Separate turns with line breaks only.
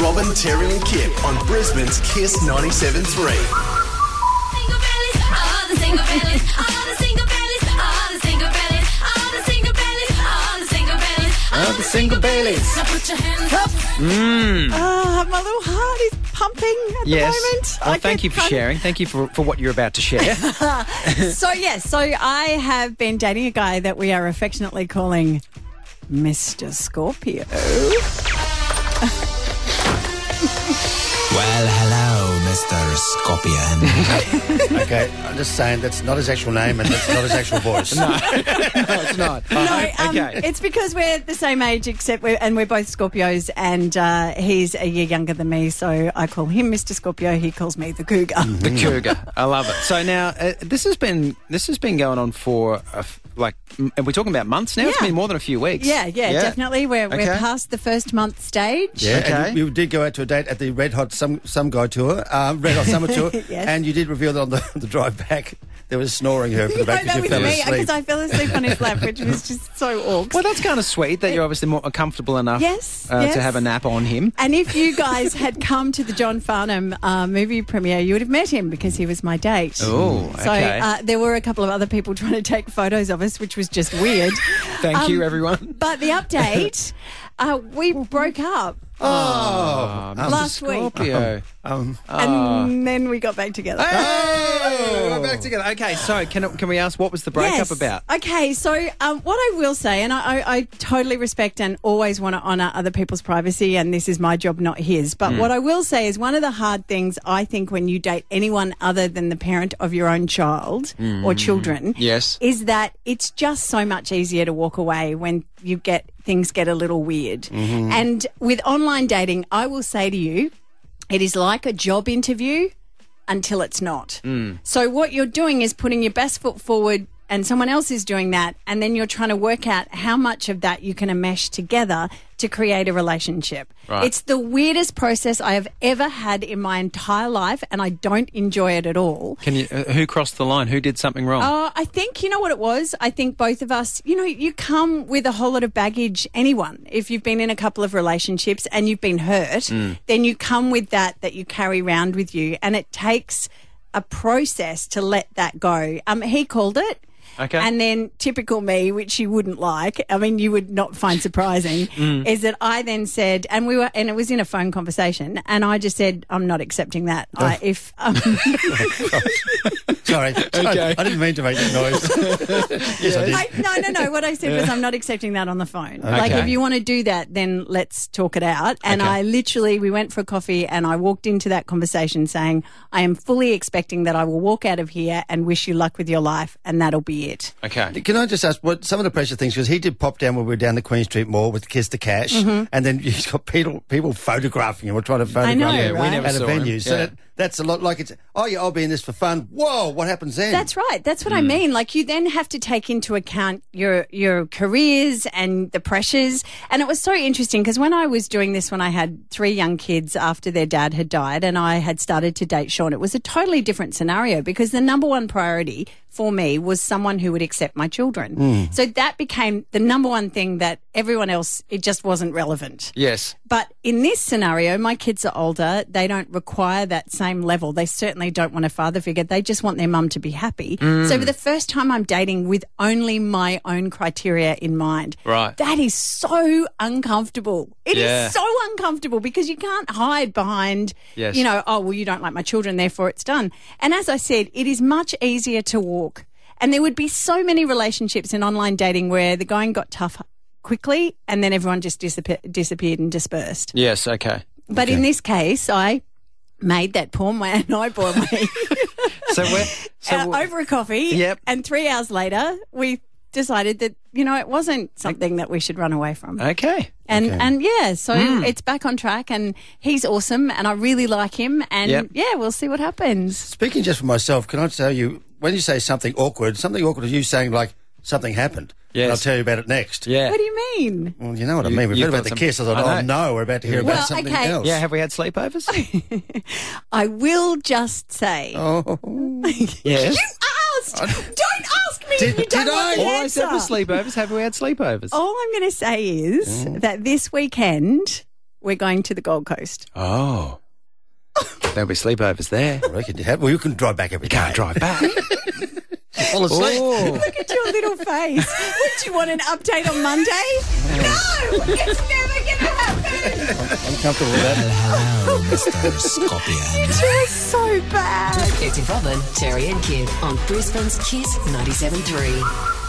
Robin, Terry, and Kip on Brisbane's Kiss 97.3.
Single bellies, all the single bellies, all the single bellies, all the single bellies, all the single bellies, all the single bellies, all the single bellies. Now put your hands up.
Ah, my little heart is pumping at
Yes.
the moment.
Well,
I
thank
get
you for
kind of-
sharing. Thank you for, for what you're about to share.
So yes, so I have been dating a guy that we are affectionately calling Mr. Scorpio.
Well, hello, Mr. Scorpion.
Okay, I'm just saying that's not his actual name and that's not his actual voice.
no, it's not.
No, um,
Uh-huh. okay.
it's because we're the same age, except we're and we're both Scorpios, and uh, he's a year younger than me, so I call him Mr. Scorpio. He calls me the Cougar.
the cougar. I love it. So now uh, this has been this has been going on for uh, f- like m- and we're talking about months now. It's
Yeah.
been more than a few weeks.
Yeah, yeah, definitely. We're we're
Okay.
past the first month stage.
Yeah,
Okay.
and you, you did go out to a date at the Red Hot Some Some Guy tour, uh, Red Hot Summer tour,
Yes.
and you did reveal that on the, the drive back there was snoring her for the
You know
back
that
because you
was
fell
me
asleep.
because I fell asleep on his lap, which was just so awkward.
Well, that's kind of sweet that you're obviously more uh, comfortable enough
Yes,
uh,
yes.
to have a nap on him.
And if you guys had come to the John Farnham uh, movie premiere, you would have met him because he was my date.
Oh,
So
okay.
uh, there were a couple of other people trying to take photos of us, which was just weird.
Thank
um,
you, everyone.
but the update, uh, we broke up,
Oh, Mr.
last week.
Scorpio.
Uh-huh. and then we got back together.
Hey, we're back together. Okay, so can can we ask what was the breakup
Yes.
about?
Okay, so um, what I will say, and I, I, I totally respect and always want to honour other people's privacy, and this is my job, not his. But
Mm.
what I will say is one of the hard things I think when you date anyone other than the parent of your own child or children,
Mm. Yes.
is that it's just so much easier to walk away when you get things get a little weird.
Mm-hmm.
And with online dating, I will say to you, it is like a job interview until it's not. So what you're doing is putting your best foot forward and someone else is doing that and then you're trying to work out how much of that you can mesh together to create a relationship. It's the weirdest process I have ever had in my entire life and I don't enjoy it at all.
Can you? Uh, who crossed the line? Who did something wrong?
Uh, I think you know what it was. I think both of us, you know, you come with a whole lot of baggage. Anyone, if you've been in a couple of relationships and you've been hurt, then you come with that that you carry around with you, and it takes a process to let that go. Um, he called it.
Okay.
And then typical me, which you wouldn't like, I mean, you would not find surprising, is that I then said, and we were, and it was in a phone conversation, and I just said, I'm not accepting that. I, if, um,
Sorry, I, I didn't mean to make that noise. yes, I did.
I, no, no, no. What I said was, I'm not accepting that on the phone. Like,
Okay.
if you want to do that, then let's talk it out. And
Okay.
I literally, we went for a coffee and I walked into that conversation saying, I am fully expecting that I will walk out of here and wish you luck with your life, and that'll be it.
okay.
Can I just ask what some of the pressure things? Because he did pop down when we were down the Queen Street Mall with Kiss the Cash,
Mm-hmm.
and then he's got people people photographing him or trying to photograph
know, Yeah,
him
we right? never
at a
saw him.
venue. So
Yeah.
that, that's a lot like it's oh yeah, I'll be in this for fun. Whoa, what happens then?
That's right. That's what I mean. Like you then have to take into account your your careers and the pressures. And it was so interesting because when I was doing this, when I had three young kids after their dad had died, and I had started to date Sean, it was a totally different scenario because the number one priority for me was someone who would accept my children. So that became the number one thing that everyone else it just wasn't relevant.
Yes.
But in this scenario, my kids are older. They don't require that same level. They certainly don't want a father figure. They just want their mum to be happy.
Mm.
So for the first time, I'm dating with only my own criteria in mind.
Right.
That is so uncomfortable. It is
Yeah.
so uncomfortable because you can't hide behind,
Yes.
you know, oh, well, you don't like my children, therefore it's done. And as I said, it is much easier to walk. And there would be so many relationships in online dating where the going got tough quickly and then everyone just disappear- disappeared and dispersed.
Yes. Okay.
But in this case, I made that poor man eyeball me
So we're so
uh,
we're-
over a coffee.
Yep.
And three hours later, we decided that, you know, it wasn't something that we should run away from.
okay.
And and yeah, so
Hmm.
it's back on track, and he's awesome, and I really like him, and
Yep.
yeah, we'll see what happens.
Speaking just for myself, can I tell you when you say something awkward, something awkward is you saying like something happened.
Yes.
And I'll tell you about it next.
Yeah.
What do you mean?
Well, you know what I mean. We've
you've
heard about
got
the
some-
kiss. I thought,
I
oh
know.
no, we're about to hear
Well,
about something
okay.
else.
yeah. Have we had sleepovers?
I will just say,
Oh.
yes.
asked. Don't ask me. if
Did-
you don't want
did I?
the
All I said
answer. Oh.
was sleepovers. Have we had sleepovers?
Oh.
All I'm going to say is that this weekend We're going to the Gold Coast.
Oh. There'll be sleepovers there.
I reckon you have. Well, you can drive back every day.
Can't drive back.
Honestly.
Oh.
Look at your little face. Would you want an update on Monday? No, it's never gonna happen.
I'm comfortable with that.
Hello, Mr. Scorpion.
She was so bad.
It's Robin, Terry, and Kid on Brisbane's Kiss 97.3.